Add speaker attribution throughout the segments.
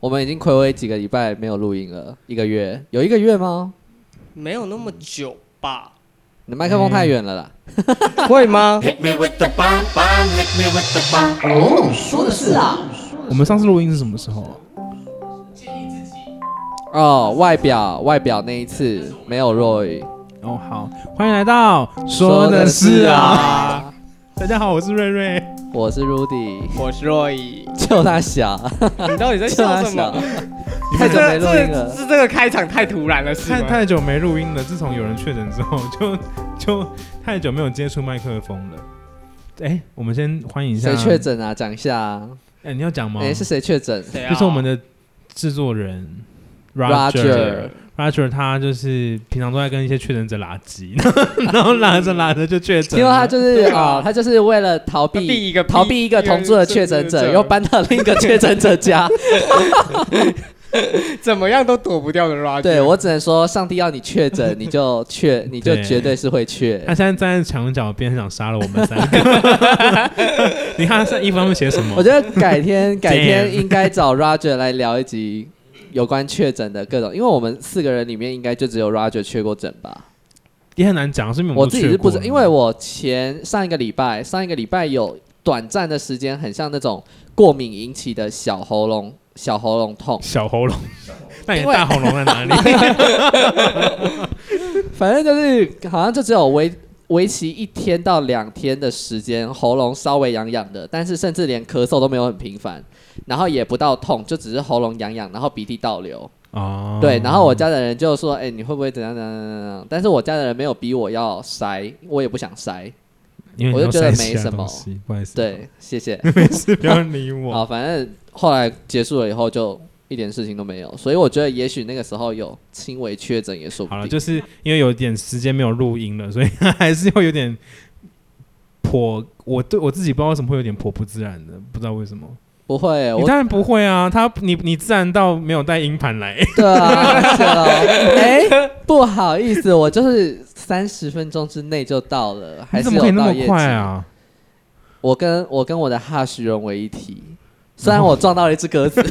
Speaker 1: 我们已经暌违几个礼拜没有录音了，一个月有一个月吗？
Speaker 2: 没有那么久吧？
Speaker 1: 你的麦克风太远了啦。
Speaker 2: 会吗？
Speaker 3: Hit me with the bomb bomb, hit me with the bomb.
Speaker 4: 我们上次录音是什么时候啊？
Speaker 1: 哦，外表外表那一次没有 Roy，
Speaker 4: 哦，好，欢迎来到。
Speaker 1: 啊，
Speaker 4: 大家好，我是瑞瑞。
Speaker 1: 我是 Rudy，
Speaker 2: 我是若 以，
Speaker 1: 就他小，
Speaker 2: 你到底在
Speaker 1: 就
Speaker 2: 笑
Speaker 1: 他
Speaker 2: 什
Speaker 1: 小
Speaker 2: 么？，
Speaker 1: 太久没
Speaker 2: 这
Speaker 1: 录音
Speaker 2: 这
Speaker 1: 了。
Speaker 2: 是这个开场太突然了，是
Speaker 4: 太
Speaker 2: 吗？
Speaker 4: 太久没录音了，自从有人确诊之后，就 就太久没有接触麦克风了。哎，我们先欢迎一下。
Speaker 1: 谁确？诊啊？讲一下啊，
Speaker 4: 哎，你要讲吗？
Speaker 1: 哎、是谁确诊
Speaker 2: 谁啊
Speaker 4: 就是我们的制作人
Speaker 1: Roger
Speaker 4: Roger 他就是平常都在跟一些确诊者拉鸡， 然后拉着拉着就确诊
Speaker 1: 因为
Speaker 4: 了。
Speaker 1: 他就是
Speaker 2: 对
Speaker 1: 啊、
Speaker 2: 啊
Speaker 1: 哦他就是为了逃
Speaker 2: 他
Speaker 1: 避
Speaker 2: 避一个
Speaker 1: 逃避一个同住的确诊者，又搬到另一个确诊者家。
Speaker 2: 怎么样都躲不掉的 Roger。
Speaker 1: 对我只能说，上帝要你确诊，你就确，你就
Speaker 4: 对
Speaker 1: 绝对是会确。
Speaker 4: 他现在站在墙角边，很想杀了我们三个。你看他在衣服上面写什 么
Speaker 1: 我？觉得改 天改天
Speaker 4: Damn
Speaker 1: 应该找 Roger 来聊一集有关确诊的各种，因为我们四个人里面应该就只有 Roger 确过诊吧。
Speaker 4: 也很难讲，是因为
Speaker 1: 我
Speaker 4: 们
Speaker 1: 自
Speaker 4: 都
Speaker 1: 己是
Speaker 4: 去
Speaker 1: 不
Speaker 4: 过
Speaker 1: 知，因为我前上一个礼拜上一个礼拜有短暂的时间，很像那种过敏引起的小喉咙小喉咙痛。
Speaker 4: 小 喉咙，那你
Speaker 1: 因为
Speaker 4: 大喉咙 在哪里？
Speaker 1: 反正就是好像就只有为为期一天到两天的时间，喉咙稍微痒痒的，但是甚至连咳嗽都没有很频繁，然后也不到痛，就只是喉咙痒痒，然后鼻涕倒流。
Speaker 4: 哦，
Speaker 1: 对，然后我家的人就说：“哎、你会不会怎样怎样怎样怎样？”但是我家的人没有逼我要筛，我也不想筛。
Speaker 4: 因为
Speaker 1: 我
Speaker 4: 你
Speaker 1: 就觉
Speaker 4: 都
Speaker 1: 得
Speaker 4: 塞其
Speaker 1: 没
Speaker 4: 他
Speaker 1: 什么
Speaker 4: 东西，不好意思，，
Speaker 1: 对，谢谢。
Speaker 4: 没事，不要理我。
Speaker 1: 好，反正后来结束了以后就一点事情都没有，所以我觉得也许那个时候有轻微确诊也说不
Speaker 4: 好
Speaker 1: 定。
Speaker 4: 了，就是因为有点时间没有录音了，所以还是会有点颇，我对我自己不知道为什么会有点颇不自然的，不知道为什么。
Speaker 1: 不会，
Speaker 4: 你
Speaker 1: 我
Speaker 4: 当然不会啊，他你你自然到没有带音盘来，
Speaker 1: 对啊， 是哦。哎、不好意思，我就是三十分钟之内就到了，还
Speaker 4: 哎
Speaker 1: 是
Speaker 4: 你怎么可以
Speaker 1: 有
Speaker 4: 那
Speaker 1: 到
Speaker 4: 么
Speaker 1: 业绩。
Speaker 4: 快啊？
Speaker 1: 我跟我跟我的哈许融为一体。虽然我撞到了一只鸽子，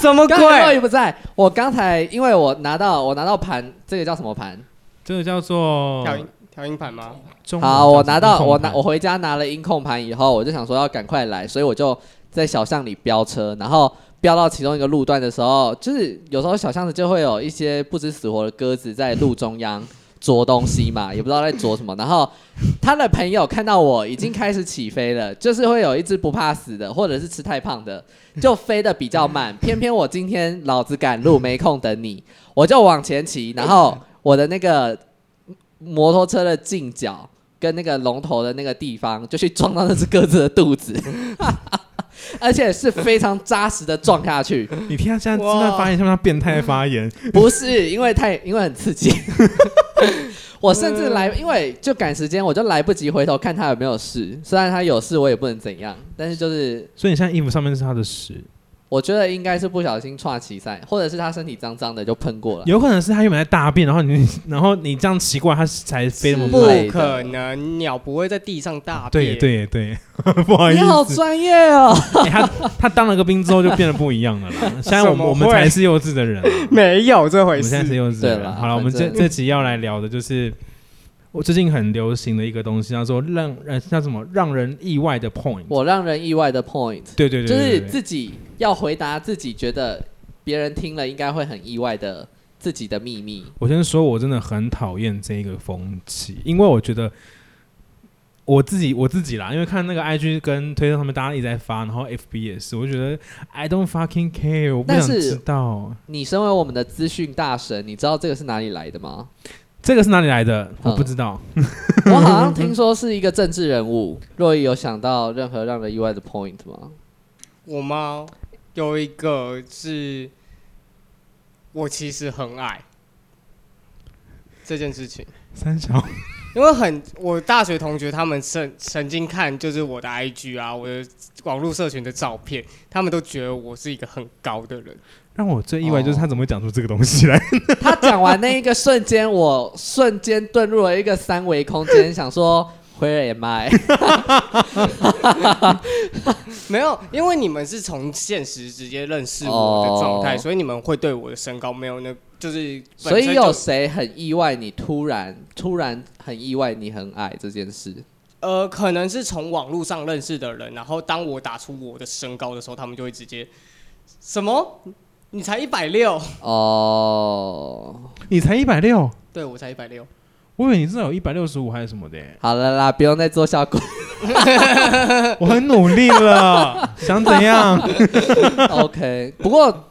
Speaker 2: 什么鬼
Speaker 1: 刚？才若雨不在，我刚才因为我拿到我拿到盘，这个叫什么盘？
Speaker 4: 这个叫做
Speaker 2: 调音调音盘吗？
Speaker 4: 中文
Speaker 1: 好，
Speaker 4: 叫
Speaker 1: 我
Speaker 4: 做
Speaker 1: 拿到
Speaker 4: 控
Speaker 1: 我
Speaker 4: 盘
Speaker 1: 拿我回家拿了音控盘以后，我就想说要赶快来，所以我就在小巷里飙车，然后飙到其中一个路段的时候，就是有时候小巷子就会有一些不知死活的鸽子在路中央啄东西嘛，也不知道在啄什么。然后他的朋友看到我已经开始起飞了，就是会有一只不怕死的，或者是吃太胖的，就飞得比较慢。偏偏我今天老子赶路，没空等你，我就往前骑，然后我的那个摩托车的镜角跟那个龙头的那个地方，就去撞到那只鸽子的肚子， 而且是非常扎实的撞下去，
Speaker 4: 你听他现在
Speaker 2: 哇
Speaker 4: 正在发言，像不像变态发言？
Speaker 1: 不是因为太因为很刺激。 我甚至来，因为就赶时间，我就来不及回头看他有没有事。虽然他有事，我也不能怎样，但是就是
Speaker 4: 所以你现在衣服上面是他的屎，
Speaker 1: 我觉得应该是不小心岔骑赛，或者是他身体脏脏的就喷过了。
Speaker 4: 有可能是他原本在大便，然后你 然后你这样奇怪，他才飞那么
Speaker 1: 是
Speaker 4: 慢。
Speaker 1: 对的
Speaker 2: 不可能，鸟不会在地上大
Speaker 4: 对
Speaker 2: 便。
Speaker 4: 对对， 不好意
Speaker 1: 你好
Speaker 4: 思，
Speaker 1: 专业哦！
Speaker 4: 哎他他当了个兵之后就变得不一样了 啦。现在我
Speaker 2: 怎
Speaker 4: 们
Speaker 2: 么会
Speaker 4: 我们才是幼稚的人啊，
Speaker 2: 没有这
Speaker 4: 我
Speaker 2: 回
Speaker 4: 们现在是
Speaker 2: 事。
Speaker 4: 幼稚的
Speaker 1: 对啦
Speaker 4: 人。好了，我们
Speaker 1: 反
Speaker 4: 这
Speaker 1: 正
Speaker 4: 这集要来聊的就是我最近很流行的一个东西，叫做让呃叫什么让人意外的 point。
Speaker 1: 我让人意外的 point，
Speaker 4: 对对对，
Speaker 1: 就
Speaker 4: 对
Speaker 1: 是
Speaker 4: 对
Speaker 1: 自己要回答自己觉得别人听了应该会很意外的自己的秘密。
Speaker 4: 我先说，我真的很讨厌这个风气，因为我觉得我自己我自己啦，因为看那个 IG 跟推特上面大家一直在发，然后 FB 也是，我就觉得 I don't fucking care，我不
Speaker 1: 但
Speaker 4: 想
Speaker 1: 是
Speaker 4: 知道
Speaker 1: 你身为我们的资讯大神，你知道这个是哪里来的 吗？
Speaker 4: 这个是哪里来的，
Speaker 1: 嗯
Speaker 4: 我不知道。
Speaker 1: 我好像听说是一个政治人物。若雨有想到任何让人意外的 point 吗？
Speaker 2: 我吗？有一个是，我其实很矮这件事情。
Speaker 4: 三小，
Speaker 2: 因为很，我大学同学他们曾曾经看就是我的 IG 啊，我的网络社群的照片，他们都觉得我是一个很高的人。
Speaker 4: 让我最意外
Speaker 1: 哦
Speaker 4: 就是他怎么会讲出这个东西来？
Speaker 1: 他讲完那一个瞬间，我瞬间遁入了一个三维空间，想说。 Where am I？
Speaker 2: 没有，因为你们是从现实直接认识我的状态，
Speaker 1: 哦
Speaker 2: 所以你们会对我的身高没有那，就是本
Speaker 1: 所以
Speaker 2: 身就
Speaker 1: 有谁很意外？你突然突然很意外你很矮这件事？
Speaker 2: 呃，可能是从网络上认识的人，然后当我打出我的身高的时候，他们就会直接什么？你才一百六？
Speaker 1: 哦、，
Speaker 4: 你才一百六，
Speaker 2: 对我才一百六，
Speaker 4: 我以为你至少有一百六十五还是什么的耶
Speaker 1: 好了啦，不用再做效果。
Speaker 4: 我很努力了，想怎样？
Speaker 1: OK，不过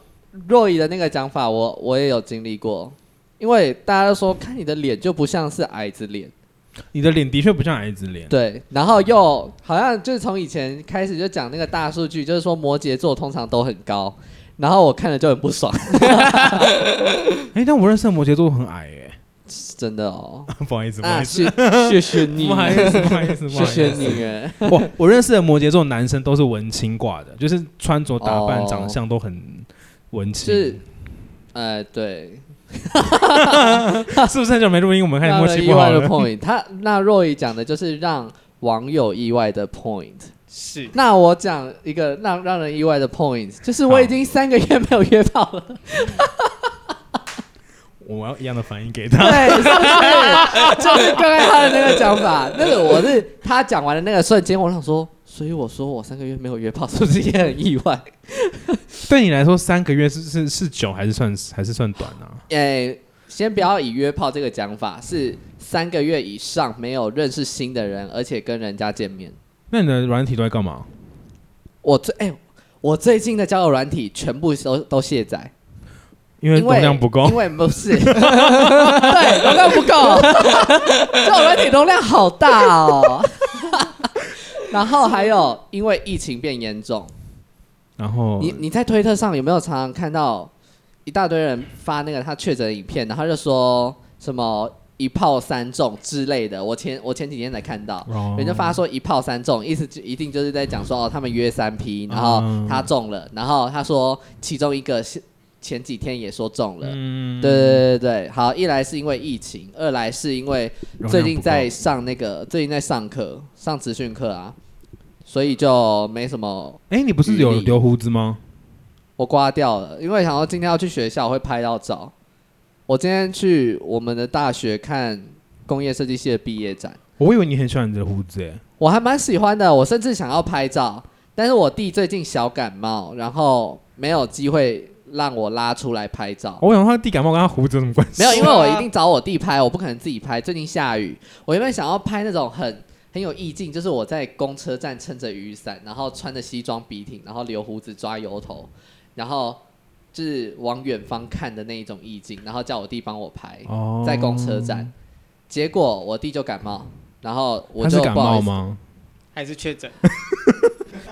Speaker 1: 若仪的那个讲法我，我也有经历过，因为大家都说看你的脸就不像是矮子脸，
Speaker 4: 你的脸的确不像矮子脸，
Speaker 1: 对，然后又好像就是从以前开始就讲那个大数据，就是说摩羯座通常都很高，然后我看了就很不爽，
Speaker 4: 哎，但我认识的摩羯座很矮耶，
Speaker 1: 真的哦，
Speaker 4: 不好意思，不好
Speaker 1: 啊，
Speaker 4: 意思，
Speaker 1: 谢谢谢你
Speaker 4: 不，好意思，不好意思，不 好
Speaker 1: 谢
Speaker 4: 意思
Speaker 1: 谢。你耶，
Speaker 4: 我我认识的摩羯座男生都是文青挂的，就是穿着打扮、
Speaker 1: 哦
Speaker 4: 长相都很文青，
Speaker 1: 是，呃，对，
Speaker 4: 是不是很久没录音？我们开始
Speaker 1: 让
Speaker 4: 默
Speaker 1: 人
Speaker 4: 契
Speaker 1: 意
Speaker 4: 不好
Speaker 1: 外的
Speaker 4: 了。
Speaker 1: point，他那若仪讲的就是让网友意外的 point。
Speaker 2: 是
Speaker 1: 那我讲一个让让人意外的 point，就是我已经三个月没有约炮了。
Speaker 4: 我要一样的反应给他。
Speaker 1: 对，是不是？ 就是刚刚他的那个讲法，那个我是他讲完的那个瞬间，我想说，所以我说我三个月没有约炮，是不是也很意 外？
Speaker 4: 对你来说，三个月是是是久还是算还是算短啊？
Speaker 1: 诶、哎先不要以约炮这个讲法，是三个月以上没有认识新的人，而且跟人家见面。
Speaker 4: 那你的软体都在干嘛？
Speaker 1: 我最诶、我最近的交友软体全部都都卸载。
Speaker 4: 因为
Speaker 1: 因为
Speaker 4: 容量不够
Speaker 1: 因。为不 是，对，容量不够，这种软体容量好大 哦。然后还有，因为疫情变严重，
Speaker 4: 然后
Speaker 1: 你你在推特上有没有常常看到一大堆人发那个他确诊的影片，然后就说什么一炮三中之类的？我前我前几天才看到，
Speaker 4: 哦
Speaker 1: 人家发说一炮三中，意思就一定就是在讲说哦，他们约三批，然后
Speaker 4: 嗯
Speaker 1: 他中了，然后他说其中一个是前几天也说中了，
Speaker 4: 嗯
Speaker 1: 对对对对，好，一来是因为疫情，二来是因为
Speaker 4: 容量
Speaker 1: 最近在
Speaker 4: 不
Speaker 1: 上那个最近在上课，上职训课啊，所以就没什么
Speaker 4: 够哎，你不是
Speaker 1: 余
Speaker 4: 有
Speaker 1: 力
Speaker 4: 留胡子吗？
Speaker 1: 我刮掉了，因为想到今天要去学校我会拍到照。我今天去我们的大学看工业设计系的毕业展，
Speaker 4: 我以为你很喜欢你的胡子哎。
Speaker 1: 我还蛮喜欢的，我甚至想要拍照，但是我弟最近小感冒，然后没有机会让我拉出来拍照。
Speaker 4: 我想说他地感冒跟他胡子有什么关系？
Speaker 1: 没有，因为
Speaker 2: 是啊
Speaker 1: 我一定找我弟拍，我不可能自己拍。最近下雨，我原本想要拍那种很很有意境，就是我在公车站撑着雨伞，然后穿着西装笔挺，然后留胡子抓油头，然后就是往远方看的那一种意境，然后叫我弟帮我拍，
Speaker 4: 哦
Speaker 1: 在公车站。结果我弟就感冒，然后我
Speaker 4: 他
Speaker 1: 就是不
Speaker 4: 感
Speaker 1: 好
Speaker 4: 冒
Speaker 1: 意思。
Speaker 4: 吗？
Speaker 2: 还 是确诊？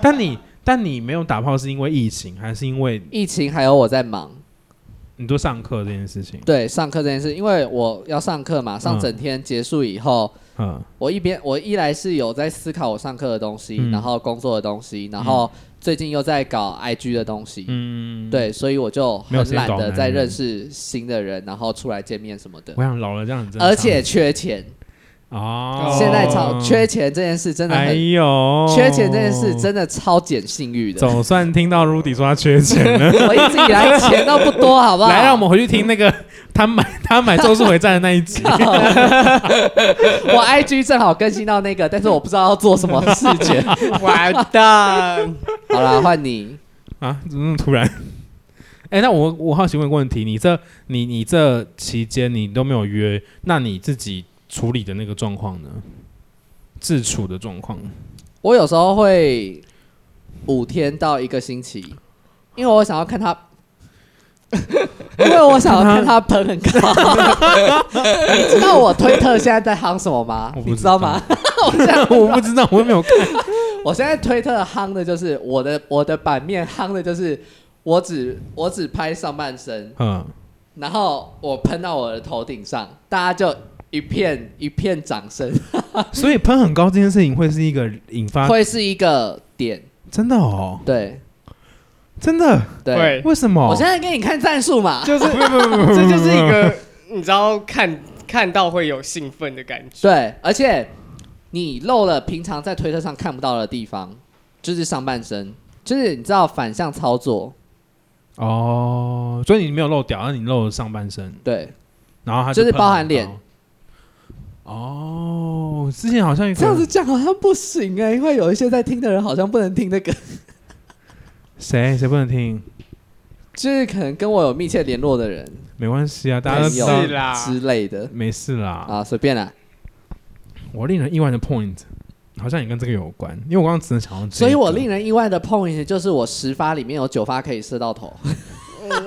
Speaker 4: 但你但你没有打炮是因为疫情，还是因为
Speaker 1: 疫情还有我在忙，
Speaker 4: 你做上课这件事情？
Speaker 1: 对上课这件事，因为我要上课嘛，上
Speaker 4: 嗯
Speaker 1: 整天结束以后，
Speaker 4: 嗯，
Speaker 1: 我一边我一来是有在思考我上课的东西，
Speaker 4: 嗯
Speaker 1: 然后工作的东西，然后最近又在搞 IG 的东西，
Speaker 4: 嗯，
Speaker 1: 对，所以我就
Speaker 4: 没有
Speaker 1: 很
Speaker 4: 时间
Speaker 1: 懒
Speaker 4: 搞
Speaker 1: 得
Speaker 4: 男
Speaker 1: 再
Speaker 4: 人
Speaker 1: 认识新的人，然后出来见面什么的
Speaker 4: 我，想老了这样很正常
Speaker 1: 而且缺钱，
Speaker 4: 哦，
Speaker 1: 现在超缺钱这件事真的
Speaker 4: 哎
Speaker 1: 很。
Speaker 4: 呦，
Speaker 1: 缺钱这件事真的超减信誉的，
Speaker 4: 总算听到 Rudy 说他缺钱 了。
Speaker 1: 我一直以来钱都不多，好不好？
Speaker 4: 来，让我们回去听那个他买他买《咒术回战》的那一集。
Speaker 1: 我 IG 正好更新到那个，但是我不知道要做什么事 情。
Speaker 2: 完蛋！
Speaker 1: 好啦，换你，
Speaker 4: 啊，怎么那么突然？哎、那我我好奇问个问题，你这你你这期间你都没有约，那你自己处理的那个状况呢？自处的状况，
Speaker 1: 我有时候会五天到一个星期，因为我想要看他， 因为我想要看他喷很高。你知道我推特现在在夯什么吗
Speaker 4: 我？不
Speaker 1: 你
Speaker 4: 知
Speaker 1: 知道
Speaker 4: 道
Speaker 1: 吗？ 我现在
Speaker 4: 我不知道，我又没有看。
Speaker 1: 我现在推特夯的就是我的我的版面夯的就是我只我只拍上半身，
Speaker 4: 嗯，
Speaker 1: 然后我喷到我的头顶上，大家就一片一片掌声，
Speaker 4: 所以喷很高这件事情会是一个引发，
Speaker 1: 会是一个点，
Speaker 4: 真的哦，
Speaker 1: 对
Speaker 4: 真的，
Speaker 1: 对。
Speaker 4: 为什么？
Speaker 1: 我现在给你看战术嘛，
Speaker 2: 就是这就是一个你知道看看到会有兴奋的感觉。
Speaker 1: 对，而且你露了平常在推特上看不到的地方，就是上半身，就是你知道反向操作，
Speaker 4: 哦，所以你没有露屌，那你露了上半身，
Speaker 1: 对，
Speaker 4: 然后他
Speaker 1: 就是
Speaker 4: 碰
Speaker 1: 包
Speaker 4: 你
Speaker 1: 含脸
Speaker 4: 到。哦，之前好像有个
Speaker 1: 这样子讲好像不行哎、因为有一些在听的人好像不能听这个，
Speaker 4: 谁谁不能听，
Speaker 1: 就是可能跟我有密切联络的人，
Speaker 4: 没关 系啊，大家都
Speaker 1: 朋
Speaker 4: 知
Speaker 1: 友
Speaker 4: 道
Speaker 2: 是啦
Speaker 1: 之类的
Speaker 4: 没事啦。
Speaker 1: 啊，随便啦。
Speaker 4: 我令人意外的 point 好像也跟这个有关，因为我刚刚只能想到这个，
Speaker 1: 所以我令人意外的 point 就是我十发里面有九发可以射到 头，
Speaker 2: 什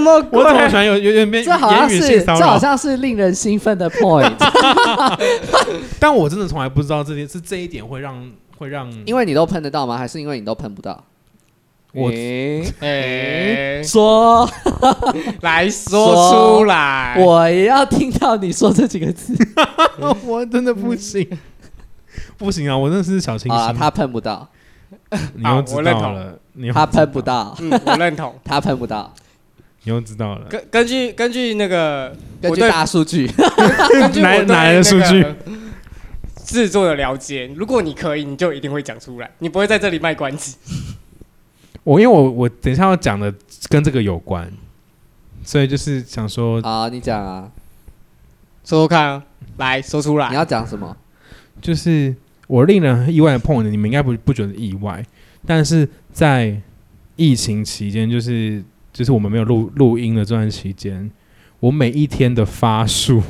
Speaker 2: 么鬼
Speaker 4: 我怎么喜欢有有有点
Speaker 1: 这好像
Speaker 4: 言语
Speaker 1: 是
Speaker 4: 性
Speaker 1: 这
Speaker 4: 骚
Speaker 1: 好
Speaker 4: 扰，
Speaker 1: 像是令人兴奋的 point，
Speaker 4: 但我真的从来不知道这点是这一点会让会让
Speaker 1: 因为你都喷得到吗？还是因为你都喷不到？
Speaker 4: 我
Speaker 1: 诶
Speaker 2: 哎，
Speaker 1: 说，
Speaker 2: 来说出来，
Speaker 1: 我也要听到你说这几个字
Speaker 4: 我真的不行，嗯不行啊！我真的是小清
Speaker 1: 啊！
Speaker 4: 新，
Speaker 1: 他喷不到，
Speaker 4: 你又知
Speaker 2: 啊我认
Speaker 4: 道
Speaker 2: 同
Speaker 4: 了，你又
Speaker 1: 他
Speaker 4: 知道
Speaker 1: 喷不，到，
Speaker 2: 嗯，我认同。
Speaker 1: 他喷不到。
Speaker 4: 你又知道了。
Speaker 2: 根根据根据那个
Speaker 1: 根
Speaker 2: 我
Speaker 1: 据
Speaker 2: 对
Speaker 1: 大数据，
Speaker 2: 根据我
Speaker 4: 哪
Speaker 2: 对
Speaker 4: 哪来的
Speaker 2: 那
Speaker 4: 数
Speaker 2: 个
Speaker 4: 据
Speaker 2: 制作的了解，如果你可以，你就一定会讲出来，你不会在这里卖关子。
Speaker 4: 我因为我我等一下要讲的跟这个有关，所以就是想说，
Speaker 1: 啊，你讲啊，
Speaker 2: 说说看、啊，来说出
Speaker 1: 你
Speaker 2: 来。
Speaker 1: 要讲什么？
Speaker 4: 就是我令人意外的碰你，你们应该不不觉得意外，但是在疫情期间，就是就是我们没有录录音的这段期间，我每一天的发数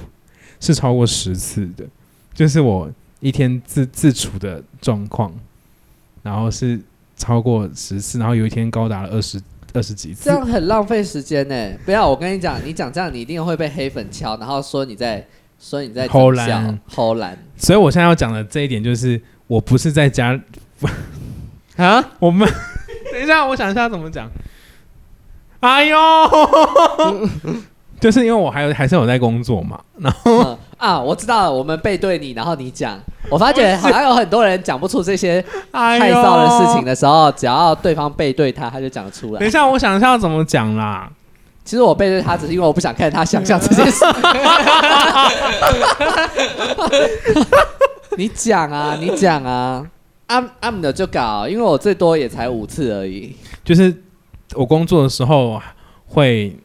Speaker 4: 是超过十次的，就是我一天自自处的状况，然后是超过十次，然后有一天高达了二十二十几
Speaker 1: 这
Speaker 4: 次。
Speaker 1: 样很浪费时间呢、不要，我跟你讲，你讲这样，你一定会被黑粉敲，然后说你在说你在
Speaker 4: 偷
Speaker 1: 整
Speaker 4: 懒
Speaker 1: 笑偷懒。
Speaker 4: 所以我现在要讲的这一点就是，我不是在 家啊， 我们等一下，我想一下怎么讲。哎 呦，就是因为我还有还是有在工作嘛，然后
Speaker 1: 嗯啊，我知道了，我们背对你，然后你讲。我发觉好像有很多人讲不出这些
Speaker 4: 太
Speaker 1: 害臊的事情。的时候，只要对方背对他，他就讲得出
Speaker 4: 等一
Speaker 1: 来。
Speaker 4: 下，我想一下要怎么讲啦。
Speaker 1: 其实我背对他，只是因为我不想看他想象这件事。你讲啊，你讲啊，暗暗的就搞，因为我最多也才五次而已，
Speaker 4: 就是我工作的时候会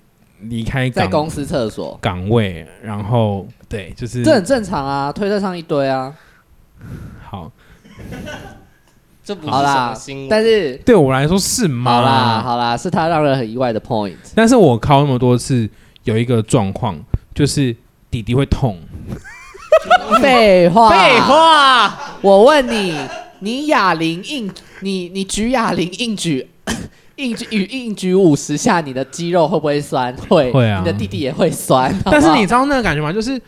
Speaker 4: 离开
Speaker 1: 在公
Speaker 4: 岗
Speaker 1: 司厕所。
Speaker 4: 岗位，然后对，就是
Speaker 1: 这很正常啊，推特上一堆啊。
Speaker 4: 好。
Speaker 2: 这不是
Speaker 1: 好
Speaker 2: 什么
Speaker 1: 啦
Speaker 2: 新，闻，
Speaker 1: 但是
Speaker 4: 对我来说是吗？
Speaker 1: 好啦，好啦，是他让人很意外的 point。
Speaker 4: 但是我考那么多次，有一个状况就是弟弟会痛，
Speaker 1: 废话，
Speaker 2: 废。话，
Speaker 1: 我问你，你哑铃硬，你你举哑铃硬举。 硬举与硬举五十下，你的肌肉会不会酸？会，
Speaker 4: 会啊
Speaker 1: 你的弟弟也会酸。好不好
Speaker 4: 但是你知道那个感觉吗？就是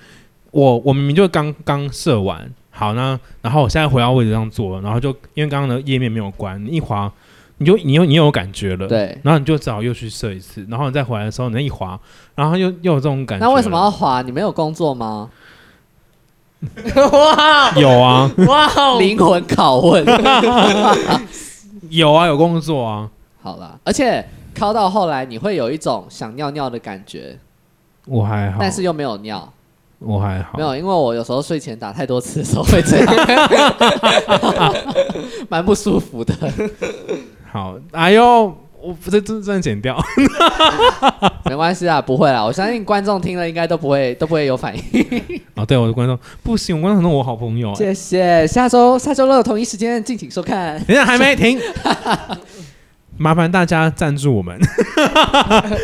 Speaker 4: 我我明明就刚刚射完，好呢，然后我现在回到位置上坐了，然后就因为刚刚的页面没有关，你一滑你就你又你又有感觉了，，
Speaker 1: 对，
Speaker 4: 然后你就只好又去射一次，然后你再回来的时候，你再一滑，然后又又有这种感觉。
Speaker 1: 那为什么要滑？你没有工作吗？
Speaker 2: 哇
Speaker 4: 有啊
Speaker 2: 哇哦，
Speaker 1: 灵魂拷 问。
Speaker 4: 有啊有工作啊？
Speaker 1: 好啦，而且靠到后来，你会有一种想尿尿的感觉，
Speaker 4: 我还好，
Speaker 1: 但是又没有尿。
Speaker 4: 我还好，
Speaker 1: 没有，因为我有时候睡前打太多次的时候会这样， 蛮不舒服的。
Speaker 4: 好，哎呦。我这这真的剪掉，
Speaker 1: 没关系啊，不会啦，我相信观众听了应该都不会都不会有反 应。
Speaker 4: 哦！对我的观众不行，我观众很多我好朋友、哎
Speaker 1: 谢谢，下周下周六同一时间敬请收看。
Speaker 4: 等一下还没停，麻烦大家赞 助我们，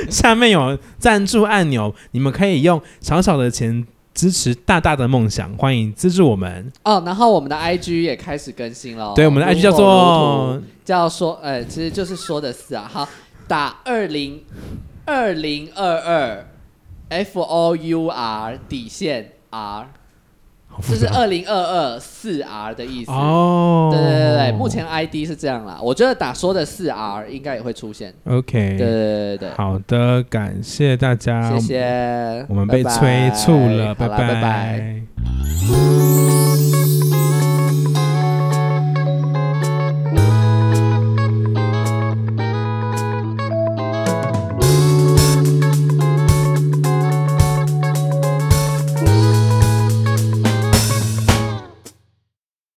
Speaker 4: 下面有赞助按钮，你们可以用小小的钱支持大大的梦想，欢迎资助我们。
Speaker 1: 哦，然后我们的 IG 也开始更新了，
Speaker 4: 对，我们的
Speaker 1: 哦如
Speaker 4: IG 叫
Speaker 1: 火如
Speaker 4: 做
Speaker 1: 荼叫说，呃，其实就是说的是啊，好，打二零二零二二 F O U R 底线 R，
Speaker 4: 好复
Speaker 1: 就是
Speaker 4: 杂
Speaker 1: 二零二二四 R 的意思。
Speaker 4: 哦，
Speaker 1: 对对对对，目前 ID 是这样啦，我觉得打说的四 R 应该也会出现。对对
Speaker 4: OK，
Speaker 1: 对对
Speaker 4: 好的，感谢大家，
Speaker 1: 对，谢谢，
Speaker 4: 我们被
Speaker 1: 拜拜
Speaker 4: 催促了，
Speaker 1: 好啦
Speaker 4: 拜
Speaker 1: 拜拜。
Speaker 4: 拜